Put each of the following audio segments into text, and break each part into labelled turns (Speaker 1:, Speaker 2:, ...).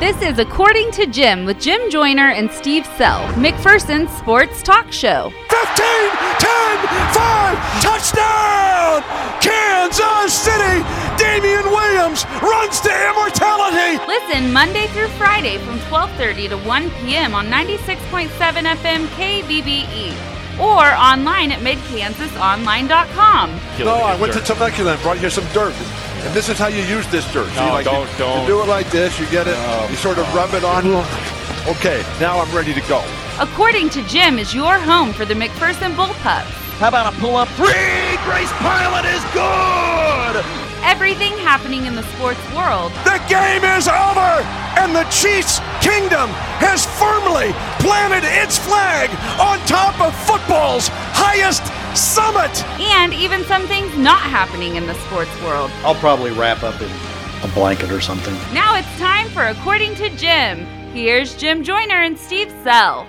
Speaker 1: This is According to Jim with Jim Joyner and Steve Sell, McPherson's sports talk show.
Speaker 2: 15, 10, 5, touchdown! Kansas City! Damian Williams runs to immortality!
Speaker 1: Listen Monday through Friday from 12:30 to 1 p.m. on 96.7 FM KBBE E or online at midkansasonline.com.
Speaker 3: Kill
Speaker 2: No,
Speaker 3: it with
Speaker 2: I
Speaker 3: your
Speaker 2: went
Speaker 3: dirt.
Speaker 2: to Temecula and brought you some dirt. And this is how you use this dirt. So
Speaker 3: No,
Speaker 2: you like
Speaker 3: don't-
Speaker 2: you,
Speaker 3: don't.
Speaker 2: You do it like this, you get it, you sort of rub it on. Okay, now I'm ready to go.
Speaker 1: According to Jim is your home for the McPherson Bullpups.
Speaker 4: How about a pull up
Speaker 2: Free Grace Pilot is good!
Speaker 1: Everything happening in the sports world
Speaker 2: The game is over, and the Chiefs' kingdom has firmly planted its flag on top of football's highest summit.
Speaker 1: and even some things not happening in the sports world.
Speaker 4: I'll probably wrap up in a blanket or something.
Speaker 1: Now it's time for According to Jim. Here's Jim Joyner and Steve Sell.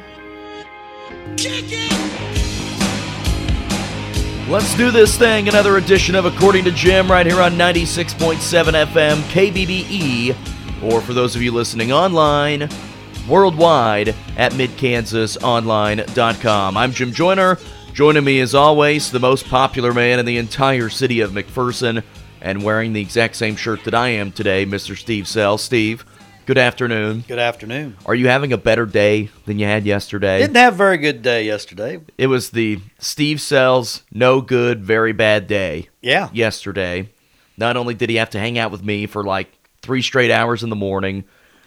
Speaker 4: Let's do this thing. Another edition of According to Jim right here on 96.7 FM KBBE, E, or for those of you listening online, worldwide at midkansasonline.com. I'm Jim Joyner. Joining me, as always, the most popular man in the entire city of McPherson and wearing the exact same shirt that I am today, Mr. Steve Sell. Steve, good afternoon.
Speaker 5: Good afternoon.
Speaker 4: Are you having a better day than you had yesterday?
Speaker 5: Didn't have a very good day yesterday.
Speaker 4: It was the Steve Sells no good, very bad day
Speaker 5: Yeah.
Speaker 4: yesterday. Not only did he have to hang out with me for like three straight hours in the morning,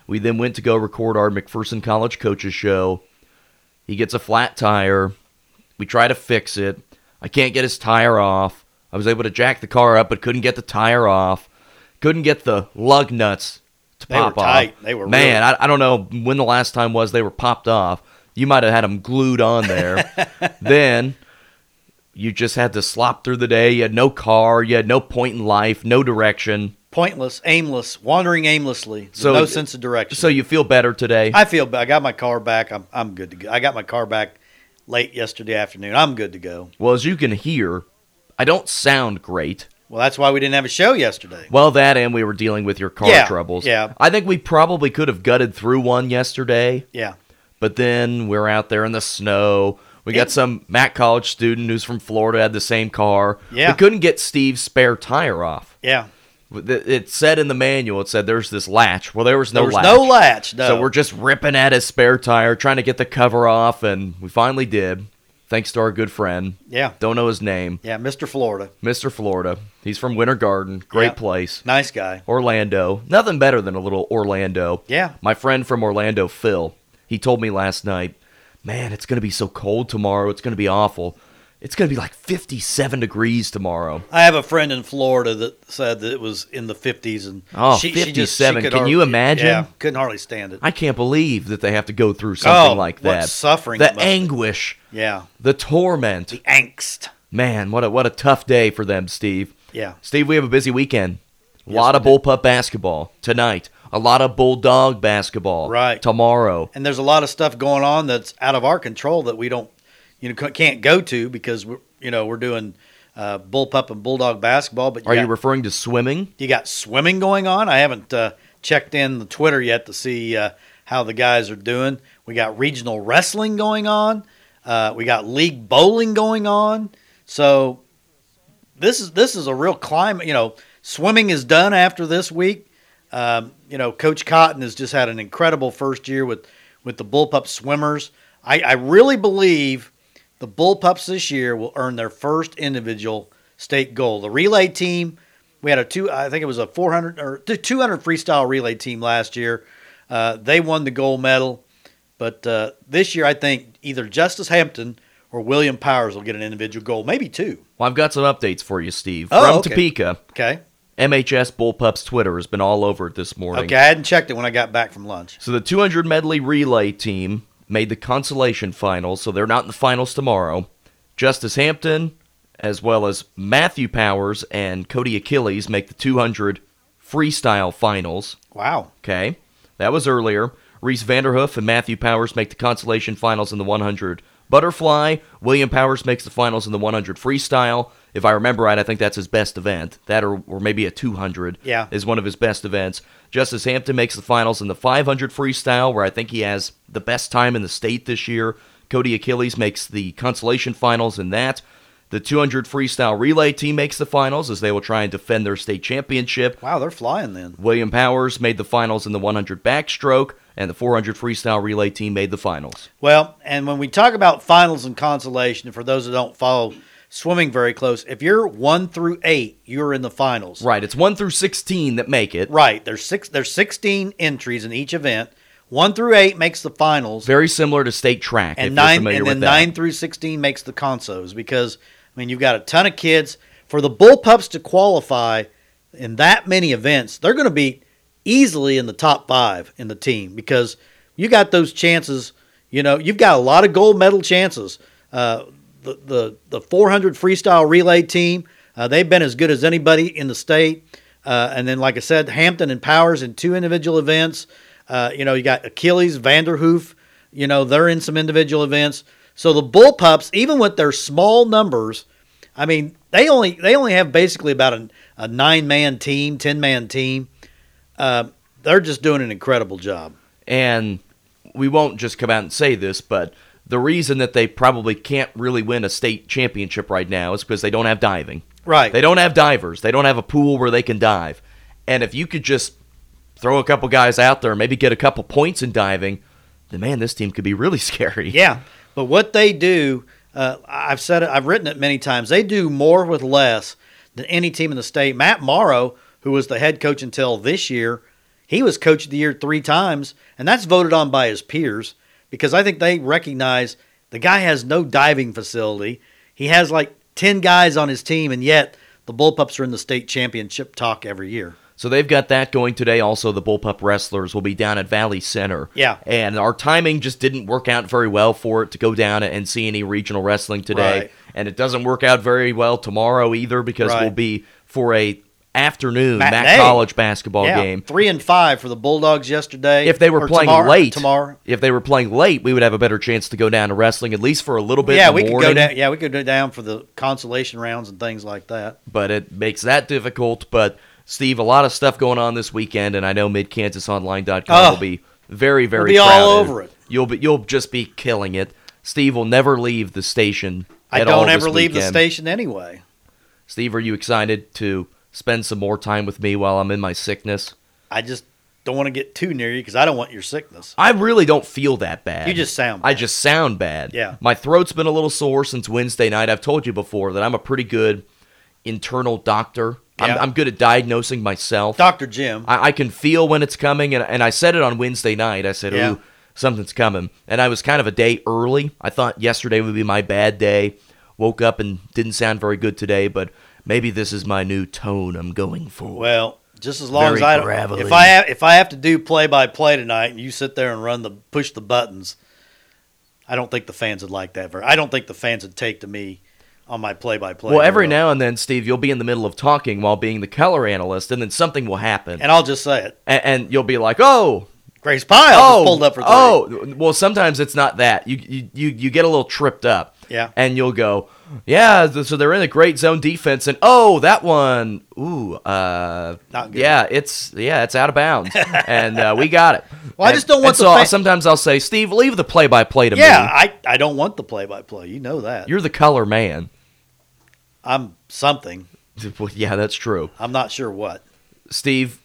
Speaker 4: we then went to go record our McPherson College Coaches show. He gets a flat tire. We try to fix it. I can't get his tire off. I was able to jack the car up, but couldn't get the tire off. Couldn't get the lug nuts to
Speaker 5: They were
Speaker 4: pop
Speaker 5: tight.
Speaker 4: off.
Speaker 5: They were
Speaker 4: man.
Speaker 5: really-
Speaker 4: I, I don't know when the last time was they were popped off. You might have had them glued on there. then you just had to slop through the day. You had no car. You had no point in life, no direction.
Speaker 5: Pointless, aimless, wandering aimlessly.
Speaker 4: So-
Speaker 5: So no sense of direction.
Speaker 4: So you feel better today.
Speaker 5: I feel bad. I got my car back. I'm I'm good to go. I got my car back late yesterday afternoon. I'm good to go.
Speaker 4: well, as you can hear, I don't sound great.
Speaker 5: Well, that's why we didn't have a show yesterday.
Speaker 4: Well, that and we were dealing with your car
Speaker 5: Yeah,
Speaker 4: troubles.
Speaker 5: yeah.
Speaker 4: I think we probably could have gutted through one yesterday,
Speaker 5: Yeah.
Speaker 4: but then we're out there in the snow. We got
Speaker 5: It-
Speaker 4: some Mac College student who's from Florida had the same car.
Speaker 5: Yeah.
Speaker 4: We couldn't get Steve's spare tire off.
Speaker 5: Yeah.
Speaker 4: It said in the manual, it said there's this latch. Well, there was no
Speaker 5: there was
Speaker 4: latch.
Speaker 5: no latch. No.
Speaker 4: So we're just ripping at his spare tire, trying to get the cover off, and we finally did. Thanks to our good friend.
Speaker 5: Yeah.
Speaker 4: Don't know his name.
Speaker 5: Yeah, Mr. Florida.
Speaker 4: Mr. Florida. He's from Winter Garden. Great
Speaker 5: Yeah.
Speaker 4: place.
Speaker 5: Nice guy.
Speaker 4: Orlando. Nothing better than a little Orlando.
Speaker 5: Yeah.
Speaker 4: My friend from Orlando, Phil, he told me last night, man, it's going to be so cold tomorrow. It's going to be awful. It's going to be like 57 degrees tomorrow.
Speaker 5: I have a friend in Florida that said that it was in the 50s and
Speaker 4: Oh,
Speaker 5: she, she just, she
Speaker 4: 57.
Speaker 5: could
Speaker 4: Can
Speaker 5: hardly-
Speaker 4: you imagine?
Speaker 5: Yeah, couldn't hardly stand it.
Speaker 4: I can't believe that they have to go through something
Speaker 5: Oh,
Speaker 4: like
Speaker 5: what
Speaker 4: that.
Speaker 5: suffering it
Speaker 4: The
Speaker 5: must be.
Speaker 4: anguish,
Speaker 5: yeah.
Speaker 4: the torment.
Speaker 5: The angst.
Speaker 4: Man, what a what a tough day for them, Steve.
Speaker 5: Yeah.
Speaker 4: Steve, we have a busy weekend. A lot of bullpup basketball tonight. A lot of bulldog basketball
Speaker 5: Right.
Speaker 4: tomorrow.
Speaker 5: and there's a lot of stuff going on that's out of our control that we don't you know c- can't go to because we're you know we're doing uh, bullpup and bulldog basketball but you,
Speaker 4: Are
Speaker 5: got,
Speaker 4: you referring to swimming?
Speaker 5: you got swimming going on i haven't uh, checked in the twitter yet to see uh, how the guys are doing we got regional wrestling going on uh, we got league bowling going on so this is this is a real climate you know swimming is done after this week um, you know, Coach Cotton has just had an incredible first year with with the bullpup swimmers. I, I really believe the bullpups this year will earn their first individual state gold. The relay team, we had a two, I think it was a 400 or the 200 freestyle relay team last year. Uh, they won the gold medal, but uh, this year I think either Justice Hampton or William Powers will get an individual gold, maybe two.
Speaker 4: Well, I've got some updates for you, Steve.
Speaker 5: Oh,
Speaker 4: From
Speaker 5: okay.
Speaker 4: Topeka,
Speaker 5: Okay,
Speaker 4: MHS Bullpup's Twitter has been all over it this morning.
Speaker 5: okay, I hadn't checked it when I got back from lunch.
Speaker 4: So the 200 medley relay team made the consolation finals, so they're not in the finals tomorrow. Justice Hampton, as well as Matthew Powers and Cody Achilles, make the 200 freestyle finals.
Speaker 5: Wow,
Speaker 4: Okay, that was earlier. Reese Vanderhoof and Matthew Powers make the consolation finals in the 100 butterfly. William Powers makes the finals in the 100 freestyle. if I remember right, I think that's his best event. That or, or maybe a 200
Speaker 5: Yeah.
Speaker 4: is one of his best events. Justice Hampton makes the finals in the 500 freestyle, where I think he has the best time in the state this year. Cody Achilles makes the consolation finals in that. The 200 freestyle relay team makes the finals as they will try and defend their state championship.
Speaker 5: Wow, they're flying then.
Speaker 4: William Powers made the finals in the 100 backstroke, and the 400 freestyle relay team made the finals.
Speaker 5: Well, and when we talk about finals and consolation, for those that don't follow swimming very close, if you're one through eight, you're in the finals.
Speaker 4: Right, it's 1 through 16 that make it.
Speaker 5: Right. There's six. There's 16 entries in each event. One through eight makes the finals,
Speaker 4: Very similar to state track, if
Speaker 5: and
Speaker 4: you're
Speaker 5: nine,
Speaker 4: familiar
Speaker 5: and then
Speaker 4: with that.
Speaker 5: nine through 16 makes the consos. Because I mean, you've got a ton of kids for the bullpups to qualify in that many events. They're going to be easily in the top five in the team because you got those chances. You know, you've got a lot of gold medal chances. Uh, the, the the 400 freestyle relay team, uh, they've been as good as anybody in the state. Uh, and then, like I said, Hampton and Powers in two individual events. Uh, you know, you got Achilles, Vanderhoof. You know, they're in some individual events. So the bullpups, even with their small numbers, I mean, they only they only have basically about a, a nine man team, ten man team. Uh, they're just doing an incredible job.
Speaker 4: And we won't just come out and say this, but the reason that they probably can't really win a state championship right now is because they don't have diving.
Speaker 5: Right.
Speaker 4: They don't have divers. They don't have a pool where they can dive. And if you could just throw a couple guys out there, maybe get a couple points in diving, then man, this team could be really scary.
Speaker 5: Yeah, but what they do, uh, I've said it, I've written it many times. They do more with less than any team in the state. Matt Morrow, who was the head coach until this year, he was coach of the year three times, and that's voted on by his peers because I think they recognize the guy has no diving facility. He has like ten guys on his team, and yet the Bullpups are in the state championship talk every year.
Speaker 4: So they've got that going today. Also, the Bullpup Wrestlers will be down at Valley Center.
Speaker 5: Yeah.
Speaker 4: And our timing just didn't work out very well for it to go down and see any regional wrestling today.
Speaker 5: Right.
Speaker 4: And it doesn't work out very well tomorrow either because
Speaker 5: Right.
Speaker 4: we'll be for a afternoon
Speaker 5: Matinee.
Speaker 4: Mac College basketball
Speaker 5: yeah,
Speaker 4: game.
Speaker 5: three and five for the Bulldogs yesterday.
Speaker 4: If they were
Speaker 5: or
Speaker 4: playing
Speaker 5: tomorrow-
Speaker 4: late,
Speaker 5: tomorrow,
Speaker 4: if they were playing late, we would have a better chance to go down to wrestling at least for a little bit.
Speaker 5: yeah,
Speaker 4: in
Speaker 5: we
Speaker 4: the
Speaker 5: could go
Speaker 4: morning.
Speaker 5: down. Yeah, we could go down for the consolation rounds and things like that.
Speaker 4: but it makes that difficult. But Steve, a lot of stuff going on this weekend, and I know MidKansasOnline.com
Speaker 5: Oh.
Speaker 4: will be very, very
Speaker 5: be all
Speaker 4: crowded.
Speaker 5: over it.
Speaker 4: You'll be, you'll just be killing it. Steve will never leave the station.
Speaker 5: I
Speaker 4: at all
Speaker 5: don't
Speaker 4: this
Speaker 5: ever leave the
Speaker 4: weekend.
Speaker 5: station anyway.
Speaker 4: Steve, are you excited to spend some more time with me while I'm in my sickness?
Speaker 5: I just don't want to get too near you because I don't want your sickness.
Speaker 4: I really don't feel that bad.
Speaker 5: You just sound
Speaker 4: I
Speaker 5: bad.
Speaker 4: just sound bad.
Speaker 5: Yeah.
Speaker 4: My throat's been a little sore since Wednesday night. I've told you before that I'm a pretty good internal doctor. I'm,
Speaker 5: Yeah.
Speaker 4: I'm good at diagnosing myself.
Speaker 5: Doctor Jim,
Speaker 4: I, I can feel when it's coming, and, and I said it on Wednesday night. I said,
Speaker 5: Yeah.
Speaker 4: "Ooh, something's coming," and I was kind of a day early. I thought yesterday would be my bad day. Woke up and didn't sound very good today, but maybe this is my new tone I'm going for.
Speaker 5: well, just as long
Speaker 4: Very
Speaker 5: as I don't,
Speaker 4: gravelly.
Speaker 5: if I have, if I have to do play by play tonight and you sit there and run the push the buttons, I don't think the fans would like that. Very, I don't think the fans would take to me on my play by play.
Speaker 4: well, every now and then, Steve, you'll be in the middle of talking while being the color analyst, and then something will happen, and,
Speaker 5: and I'll just say it.
Speaker 4: and, you'll be like, "Oh."
Speaker 5: Grace Pyle
Speaker 4: Oh,
Speaker 5: just pulled up for three.
Speaker 4: oh, well, sometimes it's not that. You, you you you get a little tripped up.
Speaker 5: Yeah.
Speaker 4: And you'll go, yeah, th- so they're in a great zone defense and oh, that one, ooh, uh
Speaker 5: Not good.
Speaker 4: yeah, it's yeah, it's out of bounds. and uh, we got it.
Speaker 5: Well, I
Speaker 4: And-
Speaker 5: just don't want
Speaker 4: and so
Speaker 5: the fa-
Speaker 4: I'll- sometimes I'll say, "Steve, leave the play-by-play to
Speaker 5: yeah,
Speaker 4: me.
Speaker 5: I, I don't want the play by play. You know that.
Speaker 4: You're the color man."
Speaker 5: I'm something.
Speaker 4: Well, yeah, that's true.
Speaker 5: I'm not sure what.
Speaker 4: Steve,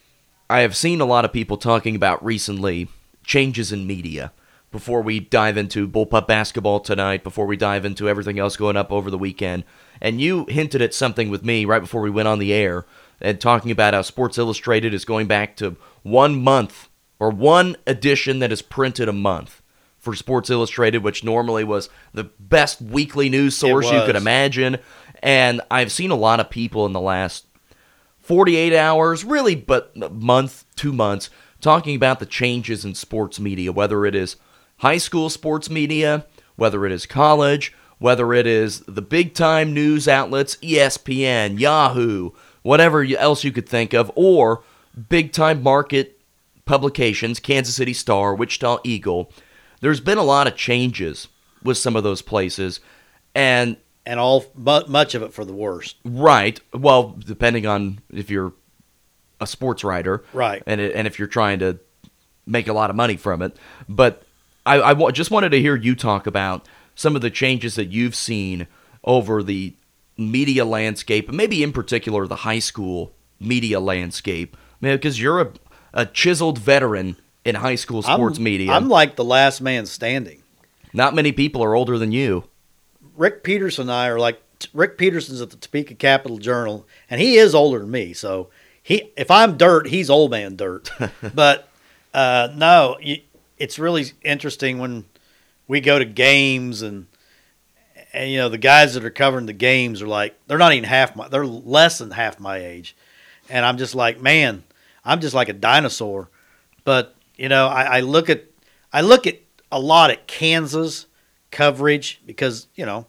Speaker 4: I have seen a lot of people talking about recently changes in media. Before we dive into bullpup basketball tonight, before we dive into everything else going up over the weekend, and you hinted at something with me right before we went on the air and talking about how Sports Illustrated is going back to one month or one edition that is printed a month for Sports Illustrated, which normally was the best weekly news source you could
Speaker 5: was.
Speaker 4: imagine. And I've seen a lot of people in the last 48 hours, really, but a month, two months, talking about the changes in sports media, whether it is high school sports media, whether it is college, whether it is the big time news outlets, E ESPN, Yahoo, whatever you- else you could think of, or big time market publications, Kansas City Star, Wichita Eagle. There's been a lot of changes with some of those places, and
Speaker 5: and all mu- much of it for the worst.
Speaker 4: Right. Well, depending on if you're a sports writer,
Speaker 5: Right.
Speaker 4: and it, and if you're trying to make a lot of money from it, but I, I wa- just wanted to hear you talk about some of the changes that you've seen over the media landscape, and maybe in particular the high school media landscape, because you're a, a chiseled veteran in high school sports
Speaker 5: I'm,
Speaker 4: media.
Speaker 5: I'm like the last man standing.
Speaker 4: Not many people are older than you.
Speaker 5: Rick Peterson and I are like Rick Peterson's at the Topeka Capital Journal, and he is older than me. So he, if I'm dirt, he's old man dirt. but uh, no, you, it's really interesting when we go to games and and you know the guys that are covering the games are like they're not even half my they're less than half my age, and I'm just like man, I'm just like a dinosaur. But you know I, I look at I look at a lot at Kansas coverage because you know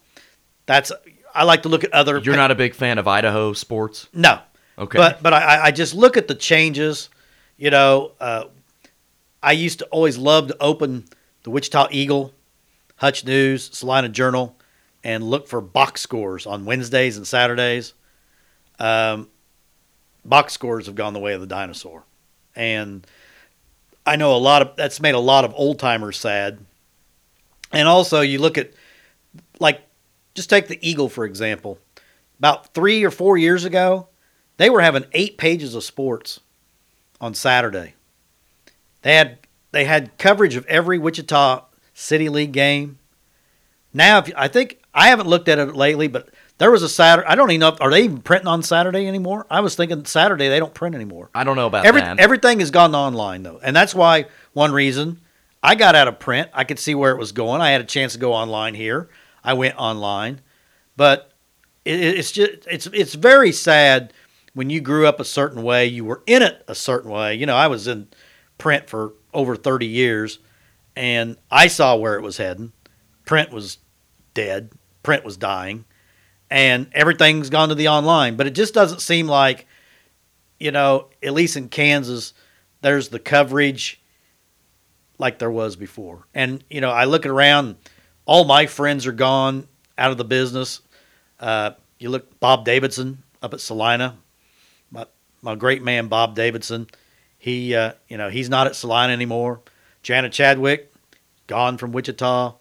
Speaker 5: that's I like to look at other.
Speaker 4: You're not a big fan of Idaho sports.
Speaker 5: no.
Speaker 4: Okay.
Speaker 5: But but I, I- I just look at the changes. You know, uh, I used to always love to open the Wichita Eagle, Hutch News, Salina Journal, and look for box scores on Wednesdays and Saturdays. Um, box scores have gone the way of the dinosaur, and I know a lot of that's made a lot of old timers sad. And also, you look at like just take the Eagle for example. About three or four years ago, they were having eight pages of sports on Saturday. They had they had coverage of every Wichita City League game. Now, if, I think I haven't looked at it lately, but there was a Saturday. I don't even know if, are they even printing on Saturday anymore. I was thinking Saturday they don't print anymore.
Speaker 4: I don't know about
Speaker 5: Every,
Speaker 4: that.
Speaker 5: everything has gone online though, and that's why one reason I got out of print. I could see where it was going. I had a chance to go online here. I went online, but it, it- it's just it's it's very sad when you grew up a certain way, you were in it a certain way. You know, I was in print for over thirty years, and I saw where it was heading. Print was dead. Print was dying, and everything's gone to the online. But it just doesn't seem like you know, at least in Kansas, there's the coverage like there was before. And, you know, I look around, all my friends are gone out of the business. Uh, you look, Bob Davidson up at Salina, my, my great man, Bob Davidson, he, uh, you know, he's not at Salina anymore. Janet Chadwick, gone from Wichita.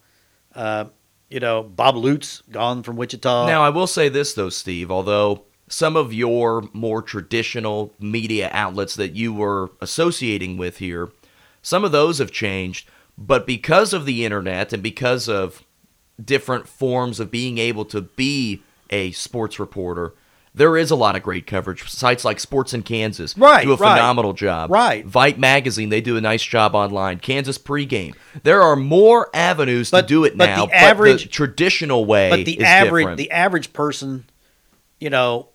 Speaker 5: Uh, you know, Bob Lutz, gone from Wichita.
Speaker 4: Now, I will say this, though, Steve, although some of your more traditional media outlets that you were associating with here, some of those have changed. But because of the internet and because of different forms of being able to be a sports reporter, there is a lot of great coverage. Sites like Sports in Kansas
Speaker 5: Right,
Speaker 4: do a
Speaker 5: right.
Speaker 4: phenomenal job.
Speaker 5: Right.
Speaker 4: Vite Magazine, they do a nice job online. Kansas pregame. There are more avenues
Speaker 5: But-
Speaker 4: to do it
Speaker 5: but
Speaker 4: now.
Speaker 5: the average-
Speaker 4: traditional way
Speaker 5: but the
Speaker 4: is
Speaker 5: average
Speaker 4: different.
Speaker 5: the average person you know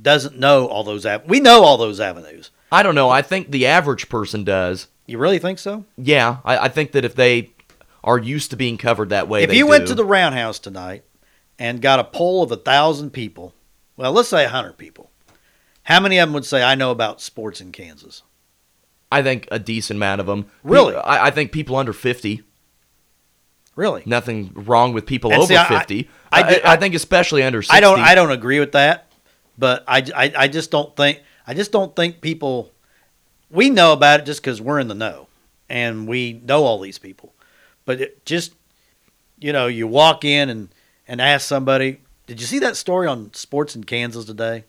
Speaker 5: doesn't know all those av- we know all those avenues
Speaker 4: I don't know. I think the average person does.
Speaker 5: you really think so
Speaker 4: Yeah, I, I think that if they are used to being covered that way,
Speaker 5: if
Speaker 4: they
Speaker 5: you went
Speaker 4: do.
Speaker 5: to the roundhouse tonight and got a poll of a thousand people well let's say a hundred people how many of them would say i know about sports in kansas
Speaker 4: I think a decent amount of them.
Speaker 5: Really?
Speaker 4: I, I think people under fifty.
Speaker 5: really
Speaker 4: Nothing wrong with people
Speaker 5: And
Speaker 4: over
Speaker 5: see, I-
Speaker 4: fifty.
Speaker 5: I- I
Speaker 4: I,
Speaker 5: did-
Speaker 4: I, think especially under. 60.
Speaker 5: i don't i don't agree with that but I, I i just don't think i just don't think people we know about it just because we're in the know and we know all these people. But it just, you know, you walk in and, and ask somebody, did you see that story on sports in Kansas today?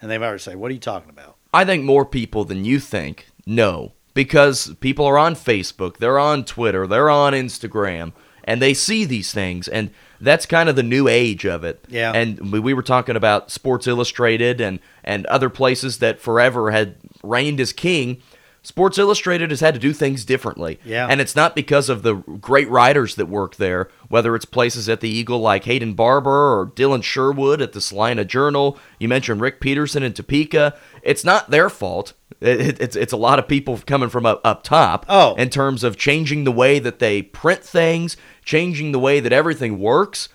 Speaker 5: And they might say, what are you talking about?
Speaker 4: I think more people than you think know because people are on Facebook, they're on Twitter, they're on Instagram, and they see these things. And that's kind of the new age of it.
Speaker 5: Yeah.
Speaker 4: And we we were talking about Sports Illustrated and, and other places that forever had reigned as king. Sports Illustrated has had to do things differently.
Speaker 5: Yeah.
Speaker 4: And it's not because of the great writers that work there, whether it's places at the Eagle like Hayden Barber or Dylan Sherwood at the Salina Journal. You mentioned Rick Peterson in Topeka. It's not their fault. It- it- it's, it's a lot of people coming from up, up top
Speaker 5: Oh.
Speaker 4: in terms of changing the way that they print things, changing the way that everything works.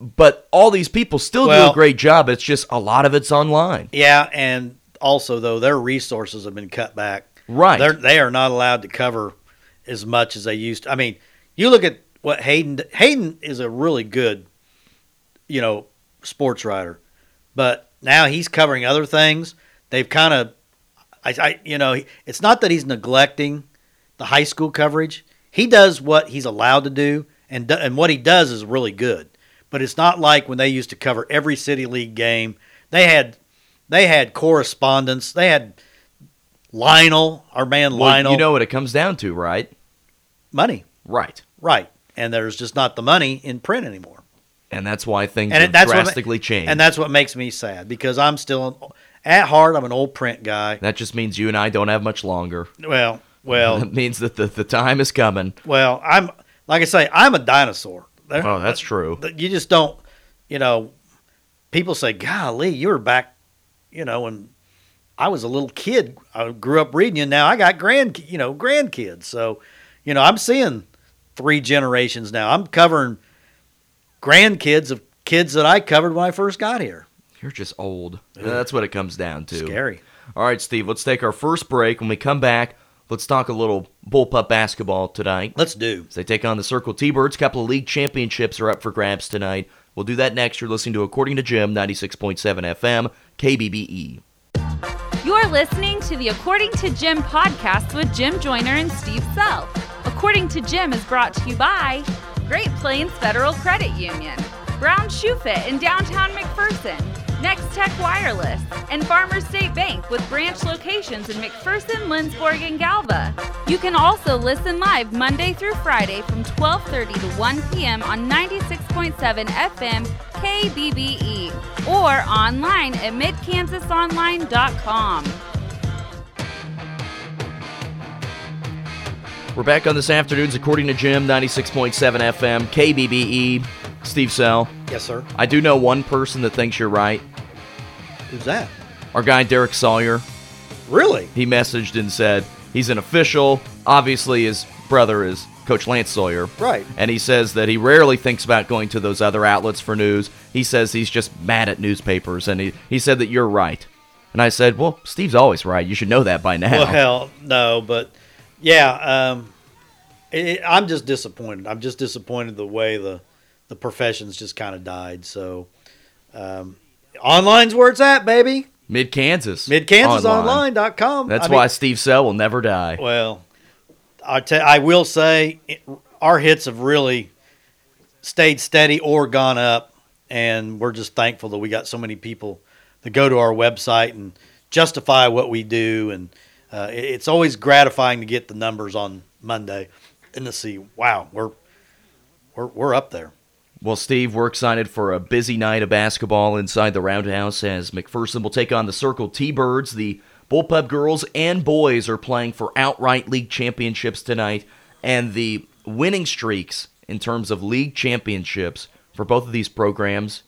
Speaker 4: But all these people still do
Speaker 5: Well-
Speaker 4: a great job. It's just a lot of it's online.
Speaker 5: Yeah. And also, though, their resources have been cut back.
Speaker 4: Right.
Speaker 5: They're, they are not allowed to cover as much as they used to. I mean, you look at what Hayden, Hayden is a really good you know, sports writer, but now he's covering other things. They've kind of, I, I, you know, it's not that he's neglecting the high school coverage. He does what he's allowed to do, and do, and what he does is really good. But it's not like when they used to cover every city league game. They had, they had correspondence. They had Lionel, our man
Speaker 4: Well,
Speaker 5: Lionel,
Speaker 4: you know what it comes down to, right?
Speaker 5: money,
Speaker 4: Right.
Speaker 5: right? And there's just not the money in print anymore.
Speaker 4: And that's why things
Speaker 5: and
Speaker 4: have
Speaker 5: it- that's
Speaker 4: drastically
Speaker 5: what,
Speaker 4: changed.
Speaker 5: And that's what makes me sad because I'm still an, at heart. I'm an old print guy.
Speaker 4: that just means you and I don't have much longer.
Speaker 5: Well, well,
Speaker 4: That means that the, the time is coming.
Speaker 5: well. I'm like I say, I'm a dinosaur. There-
Speaker 4: Oh, that's true.
Speaker 5: that you just don't. You know, people say, "Golly, you were back." You know, when I was a little kid, I grew up reading you. Now I got grand, you know, grandkids. So, you know, I'm seeing three generations now. I'm covering grandkids of kids that I covered when I first got here.
Speaker 4: You're just old. That's what it comes down to.
Speaker 5: Scary.
Speaker 4: All right, Steve, let's take our first break. When we come back, let's talk a little bullpup basketball tonight.
Speaker 5: Let's do.
Speaker 4: As they take on the Circle T Birds, a couple of league championships are up for grabs tonight. We'll do that next. You're listening to According to Jim, 96.7 FM, KBBE.
Speaker 1: You're listening to the According to Jim podcast with Jim Joyner and Steve Self. According to Jim is brought to you by Great Plains Federal Credit Union, Brown Shoe Fit in downtown McPherson, Next Tech Wireless, and Farmer State Bank with branch locations in McPherson, Lindsborg, and Galva. You can also listen live Monday through Friday from 12:30 to 1 p.m. on 96.7 FM KBBE E or online at midkansasonline.com.
Speaker 4: We're back on this afternoon's According to Jim, 96.7 FM, KBBE. E. Steve Sell,
Speaker 5: Yes, sir.
Speaker 4: I do know one person that thinks you're right.
Speaker 5: Who's that?
Speaker 4: Our guy, Derek Sawyer,
Speaker 5: Really?
Speaker 4: he messaged and said he's an official. Obviously, his brother is Coach Lance Sawyer.
Speaker 5: Right.
Speaker 4: And he says that he rarely thinks about going to those other outlets for news. He says he's just mad at newspapers, and he, he said that you're right. And I said, well, Steve's always right. You should know that by now.
Speaker 5: Well, hell, no, but yeah, um, it, it- I'm just disappointed. I'm just disappointed the way the the profession's just kind of died. So, um, online's where it's at, baby.
Speaker 4: Mid Kansas.
Speaker 5: MidKansasOnline.com.
Speaker 4: That's
Speaker 5: I mean,
Speaker 4: why Steve Sell will never die.
Speaker 5: Well, I te- I will say it, our hits have really stayed steady or gone up, and we're just thankful that we got so many people that go to our website and justify what we do, and uh, it- it's always gratifying to get the numbers on Monday and to see, wow, we're we're we're up there.
Speaker 4: Well, Steve, we're excited for a busy night of basketball inside the Roundhouse as McPherson will take on the Circle T Birds. The Bullpup girls and boys are playing for outright league championships tonight, and the winning streaks in terms of league championships for both of these programs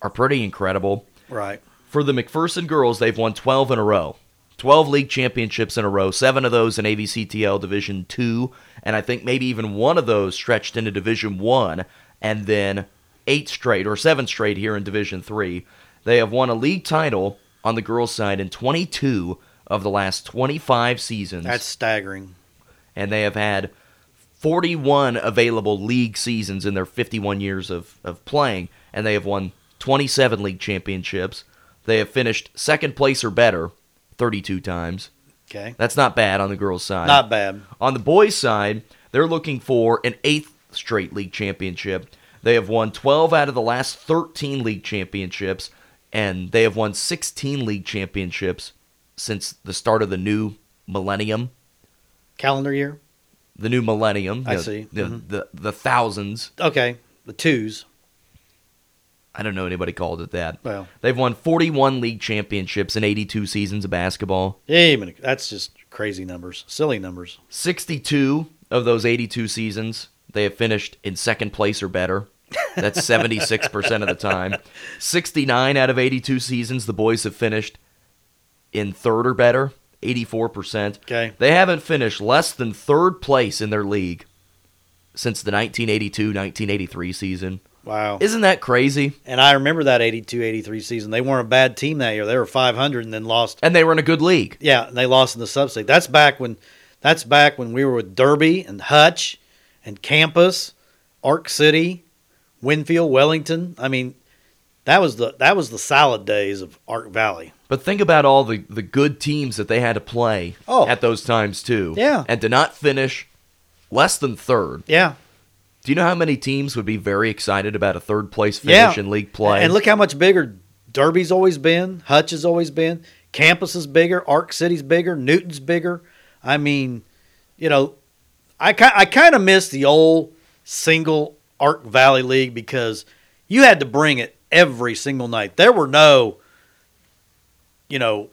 Speaker 4: are pretty incredible.
Speaker 5: Right.
Speaker 4: For the McPherson girls, they've won 12 in a row. 12 league championships in a row, seven of those in AVCTL Division 2, and I think maybe even one of those stretched into Division 1, and then eight straight or seven straight here in Division 3. They have won a league title on the girls' side in 22 of the last 25 seasons,
Speaker 5: That's staggering.
Speaker 4: and they have had 41 available league seasons in their 51 years of, of playing, and they have won 27 league championships. They have finished second place or better 32 times.
Speaker 5: Okay.
Speaker 4: That's not bad on the girls' side.
Speaker 5: Not bad.
Speaker 4: On the boys' side, they're looking for an eighth straight league championship. They have won 12 out of the last 13 league championships, and they have won 16 league championships since the start of the new millennium
Speaker 5: Calendar year.
Speaker 4: the new millennium.
Speaker 5: I
Speaker 4: you know,
Speaker 5: see.
Speaker 4: The,
Speaker 5: Mhm.
Speaker 4: the the thousands.
Speaker 5: Okay. The twos.
Speaker 4: I don't know anybody called it that.
Speaker 5: Well.
Speaker 4: They've won 41 league championships in 82 seasons of basketball.
Speaker 5: Yeah, that's just crazy numbers. Silly numbers.
Speaker 4: 62 of those 82 seasons, they have finished in second place or better. That's 76% of the time. 69 out of 82 seasons, the boys have finished in third or better, 84%.
Speaker 5: Okay.
Speaker 4: They haven't finished less than third place in their league since the 1982 1983 season.
Speaker 5: Wow.
Speaker 4: Isn't that crazy?
Speaker 5: And I remember that 82 83 season. They weren't a bad team that year. They were 500 and then lost.
Speaker 4: And they were in a good league.
Speaker 5: Yeah, and they lost in the sub-state. That's back when that's back when we were with Derby and Hutch and Campus, Arc City, Winfield, Wellington. I mean, That was the that was the solid days of Arc Valley.
Speaker 4: But think about all the, the good teams that they had to play
Speaker 5: Oh.
Speaker 4: at those times too.
Speaker 5: Yeah.
Speaker 4: And to not finish less than third.
Speaker 5: Yeah,
Speaker 4: Do you know how many teams would be very excited about a third place finish
Speaker 5: Yeah.
Speaker 4: in league play?
Speaker 5: And look how much bigger Derby's always been. Hutch has always been. Campus is bigger. Arc City's bigger. Newton's bigger. I mean, you know, I ki- I kind of miss the old single Arc Valley League because you had to bring it every single night. There were no, you know,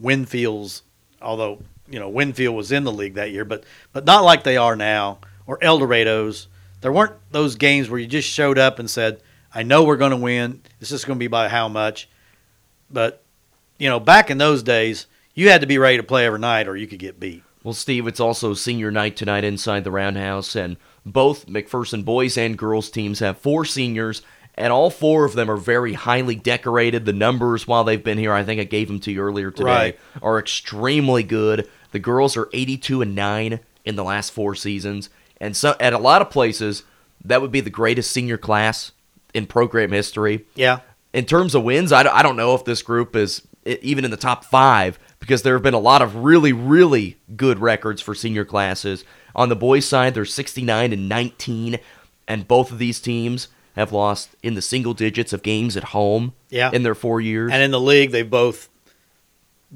Speaker 5: Winfields. Although you know Winfield was in the league that year, but but not like they are now or El Dorados. There weren't those games where you just showed up and said, I know we're going to win. It's just going to be by how much. But, you know, back in those days, you had to be ready to play every night or you could get beat.
Speaker 4: Well, Steve, it's also senior night tonight inside the roundhouse, and both McPherson boys and girls teams have four seniors, and all four of them are very highly decorated. The numbers while they've been here, I think I gave them to you earlier today,
Speaker 5: Right.
Speaker 4: are extremely good. The girls are 82 and 9 in the last four seasons, and so at a lot of places, that would be the greatest senior class in program history
Speaker 5: Yeah.
Speaker 4: in terms of wins, I, don't- I don't know if this group is i- even in the top five because there have been a lot of really, really good records for senior classes. On the boys' side, they're 69 and 19, and both of these teams have lost in the single digits of games at home
Speaker 5: Yeah.
Speaker 4: in their four years.
Speaker 5: And in the league, they both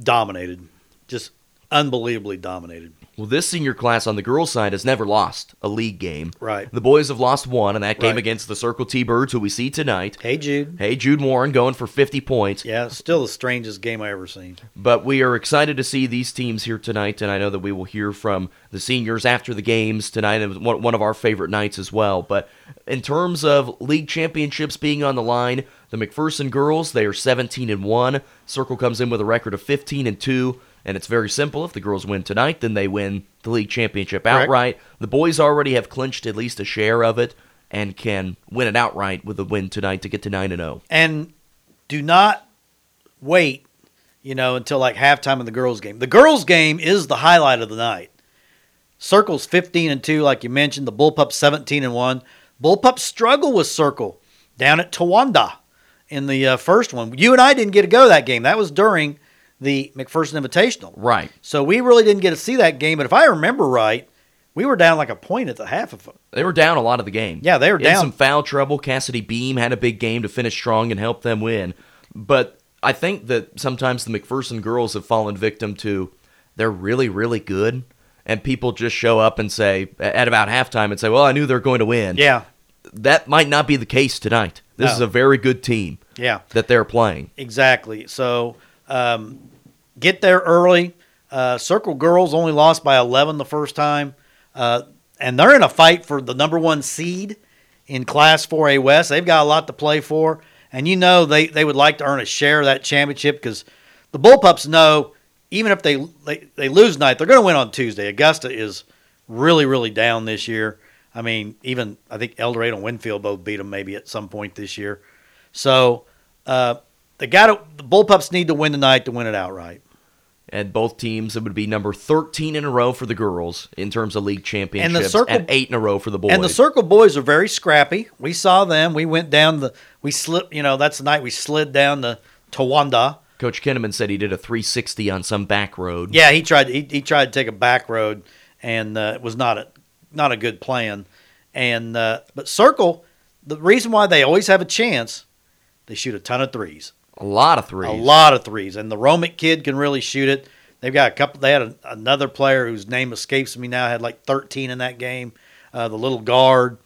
Speaker 5: dominated, just unbelievably dominated.
Speaker 4: well, this senior class on the girls' side has never lost a league game.
Speaker 5: Right.
Speaker 4: The boys have lost one, and that game
Speaker 5: Right.
Speaker 4: against the Circle T Birds, who we see tonight.
Speaker 5: Hey, Jude.
Speaker 4: Hey, Jude Warren going for 50 points.
Speaker 5: Yeah, still the strangest game I ever seen.
Speaker 4: But we are excited to see these teams here tonight, and I know that we will hear from the seniors after the games tonight. It was one one of our favorite nights as well. But in terms of league championships being on the line, the McPherson girls they are 17 and one. Circle comes in with a record of 15 and two, and it's very simple. If the girls win tonight, then they win the league championship
Speaker 5: Correct.
Speaker 4: outright. The boys already have clinched at least a share of it and can win it outright with a win tonight to get to nine and oh. zero.
Speaker 5: And do not wait, you know, until like halftime of the girls' game. The girls' game is the highlight of the night. Circle's 15 and 2, like you mentioned. The Bullpup 17 and 1. Bullpup struggle with Circle down at Tawanda in the uh, first one. You and I didn't get to go to that game. That was during the McPherson Invitational.
Speaker 4: Right.
Speaker 5: So we really didn't get to see that game. But if I remember right, we were down like a point at the half of it.
Speaker 4: They were down a lot of the game.
Speaker 5: Yeah, they were
Speaker 4: In
Speaker 5: down.
Speaker 4: some foul trouble. Cassidy Beam had a big game to finish strong and help them win. But I think that sometimes the McPherson girls have fallen victim to they're really, really good. And people just show up and say, at about halftime, and say, well, I knew they were going to win.
Speaker 5: Yeah.
Speaker 4: That might not be the case tonight. This
Speaker 5: No.
Speaker 4: is a very good team
Speaker 5: Yeah.
Speaker 4: that they're playing.
Speaker 5: Exactly. So um, get there early. Uh, Circle Girls only lost by 11 the first time, uh, and they're in a fight for the number one seed in Class 4A West. They've got a lot to play for, and you know they, they would like to earn a share of that championship because the Bullpups know even if they they, they lose tonight, they're going to win on Tuesday. Augusta is really really down this year. I mean, even I think El Dorado and Winfield both beat them maybe at some point this year. So uh, they got to, the bullpups need to win tonight to win it outright.
Speaker 4: And both teams, it would be number 13 in a row for the girls in terms of league championships
Speaker 5: circle-
Speaker 4: and eight in a row for the boys.
Speaker 5: And the circle boys are very scrappy. We saw them. We went down the we slid. You know, that's the night we slid down the Tawanda.
Speaker 4: Coach Kinneman said he did a 360 on some back road.
Speaker 5: Yeah, he tried. He, he tried to take a back road, and uh, it was not a not a good plan. And uh, but circle, the reason why they always have a chance, they shoot a ton of threes.
Speaker 4: A lot of threes.
Speaker 5: A lot of threes, and the Romic kid can really shoot it. They've got a couple. They had a, another player whose name escapes me now. Had like 13 in that game. Uh, the little guard,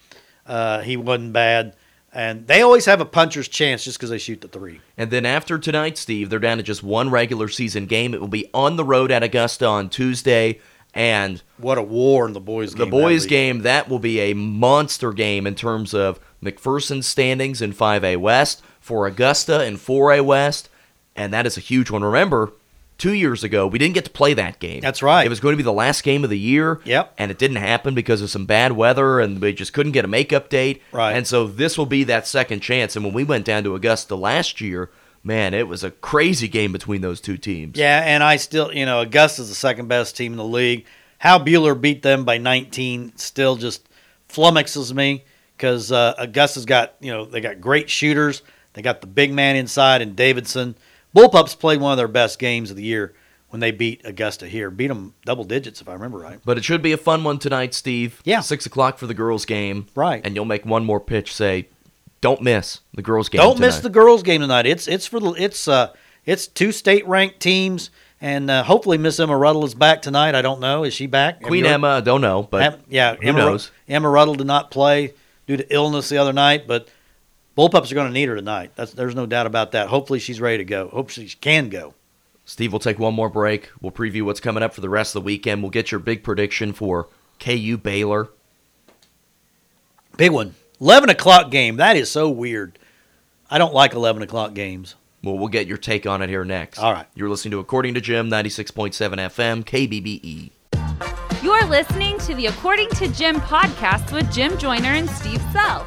Speaker 5: uh, he wasn't bad, and they always have a puncher's chance just because they shoot the three.
Speaker 4: And then after tonight, Steve, they're down to just one regular season game. It will be on the road at Augusta on Tuesday. And
Speaker 5: What a war in the boys' game.
Speaker 4: the
Speaker 5: that
Speaker 4: boys'
Speaker 5: week.
Speaker 4: game, that will be a monster game in terms of McPherson's standings in 5A West for Augusta and 4A West. And that is a huge one. Remember, two years ago, we didn't get to play that game.
Speaker 5: That's right.
Speaker 4: It was going to be the last game of the year.
Speaker 5: Yep.
Speaker 4: And it didn't happen because of some bad weather and we just couldn't get a makeup date.
Speaker 5: Right.
Speaker 4: And so this will be that second chance. And when we went down to Augusta last year, man, it was a crazy game between those two teams.
Speaker 5: Yeah, and I still, you know, Augusta's the second best team in the league. How Bueller beat them by 19 still just flummoxes me because uh, Augusta's got, you know, they got great shooters. They got the big man inside and Davidson. Bullpups played one of their best games of the year when they beat Augusta here. Beat them double digits, if I remember right.
Speaker 4: But it should be a fun one tonight, Steve.
Speaker 5: Yeah.
Speaker 4: Six o'clock for the girls' game.
Speaker 5: Right.
Speaker 4: And you'll make one more pitch. Say, don't miss the girls' game.
Speaker 5: Don't miss
Speaker 4: tonight."
Speaker 5: the girls' game tonight. It's it's for the it's uh it's two state ranked teams, and uh, hopefully Miss Emma Ruddle is back tonight. I don't know. Is she back? Have
Speaker 4: Queen
Speaker 5: you heard-
Speaker 4: Emma. I Don't know, but
Speaker 5: Em- yeah,
Speaker 4: who
Speaker 5: Emma,
Speaker 4: knows?
Speaker 5: Emma Ruddle did not play due to illness the other night, but bullpups are going to need her tonight. That's, there's no doubt about that. Hopefully she's ready to go. Hopefully she can go.
Speaker 4: Steve, we'll take one more break. We'll preview what's coming up for the rest of the weekend. We'll get your big prediction for KU Baylor.
Speaker 5: Big one. Eleven o'clock game. That is so weird. I don't like eleven o'clock games.
Speaker 4: Well, we'll get your take on it here next.
Speaker 5: All right.
Speaker 4: You're listening to According to Jim, 96.7 FM, KBBE.
Speaker 1: You're listening to the According to Jim podcast with Jim Joyner and Steve Self.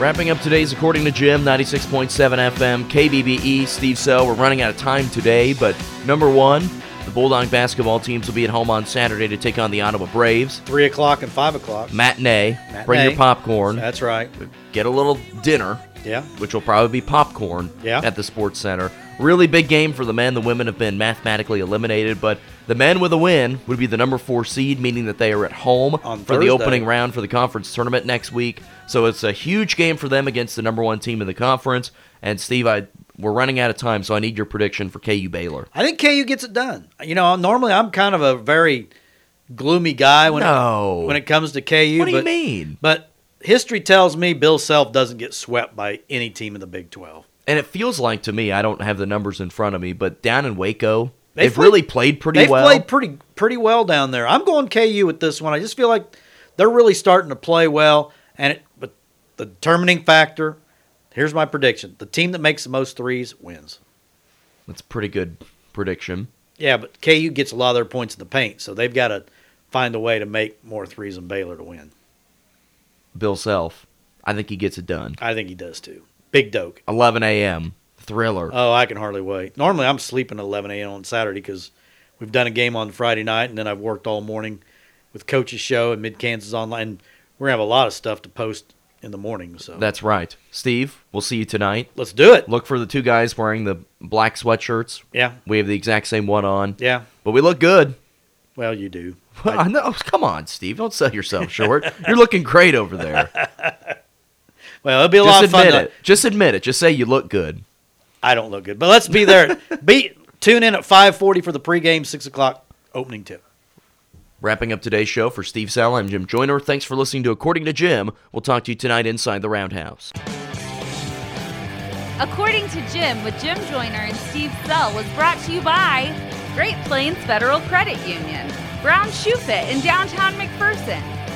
Speaker 4: Wrapping up today's According to Jim, 96.7 FM, KBBE, E, Steve Sell. We're running out of time today, but number one, the Bulldog basketball teams will be at home on Saturday to take on the Ottawa Braves.
Speaker 5: Three o'clock and five o'clock.
Speaker 4: Matinee, bring
Speaker 5: Matinee.
Speaker 4: your popcorn,
Speaker 5: That's right.
Speaker 4: get a little dinner,
Speaker 5: Yeah.
Speaker 4: which will probably be popcorn
Speaker 5: Yeah.
Speaker 4: at the Sports Center. Really big game for the men. The women have been mathematically eliminated, but the men with a win would be the number four seed, meaning that they are at home
Speaker 5: On
Speaker 4: for the
Speaker 5: Thursday.
Speaker 4: opening round for the conference tournament next week. So it's a huge game for them against the number one team in the conference. And Steve, I we're running out of time, so I need your prediction for KU Baylor.
Speaker 5: I think KU gets it done. You know, normally I'm kind of a very gloomy guy when
Speaker 4: No.
Speaker 5: it, when it comes to KU.
Speaker 4: what do you
Speaker 5: but-
Speaker 4: mean?
Speaker 5: But history tells me Bill Self doesn't get swept by any team in the Big 12.
Speaker 4: And it feels like to me, I don't have the numbers in front of me, but down in Waco,
Speaker 5: They've
Speaker 4: they've,
Speaker 5: played-
Speaker 4: really played pretty
Speaker 5: They've
Speaker 4: well.
Speaker 5: played pretty pretty well down there. I'm going KU with this one. I just feel like they're really starting to play well and it but the determining factor, here's my prediction. The team that makes the most threes wins.
Speaker 4: That's a pretty good prediction.
Speaker 5: Yeah, but KU gets a lot of their points in the paint, so they've got to find a way to make more threes than Baylor to win.
Speaker 4: Bill Self. I think he gets it done.
Speaker 5: I think he does too. Big Doke.
Speaker 4: 11 a.m. Thriller.
Speaker 5: Oh, I can hardly wait. Normally, I'm sleeping at 11 a.m. on Saturday because we've done a game on Friday night, and then I've worked all morning with Coach's Show and Mid Kansas Online. We're gonna have a lot of stuff to post in the morning, so
Speaker 4: That's right. Steve, we'll see you tonight.
Speaker 5: let's do it.
Speaker 4: Look for the two guys wearing the black sweatshirts.
Speaker 5: Yeah,
Speaker 4: We have the exact same one on,
Speaker 5: yeah.
Speaker 4: but we look good.
Speaker 5: Well, you do.
Speaker 4: I know. Come on, Steve. Don't sell yourself short. You're looking great over there.
Speaker 5: Well, it'll be a
Speaker 4: Just
Speaker 5: lot of fun.
Speaker 4: admit
Speaker 5: to-
Speaker 4: it. Just admit it. Just say you look good.
Speaker 5: I don't look good, but let's be there. be tune in at 5:40 for the pregame, six o'clock opening tip.
Speaker 4: Wrapping up today's show for Steve Sal, I'm Jim Joyner. Thanks for listening to According to Jim. We'll talk to you tonight inside the Roundhouse.
Speaker 1: According to Jim, with Jim Joyner and Steve Sell, was brought to you by Great Plains Federal Credit Union, Brown Shoe Fit in downtown McPherson,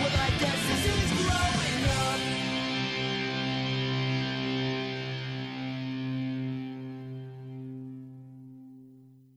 Speaker 3: Well, I guess this is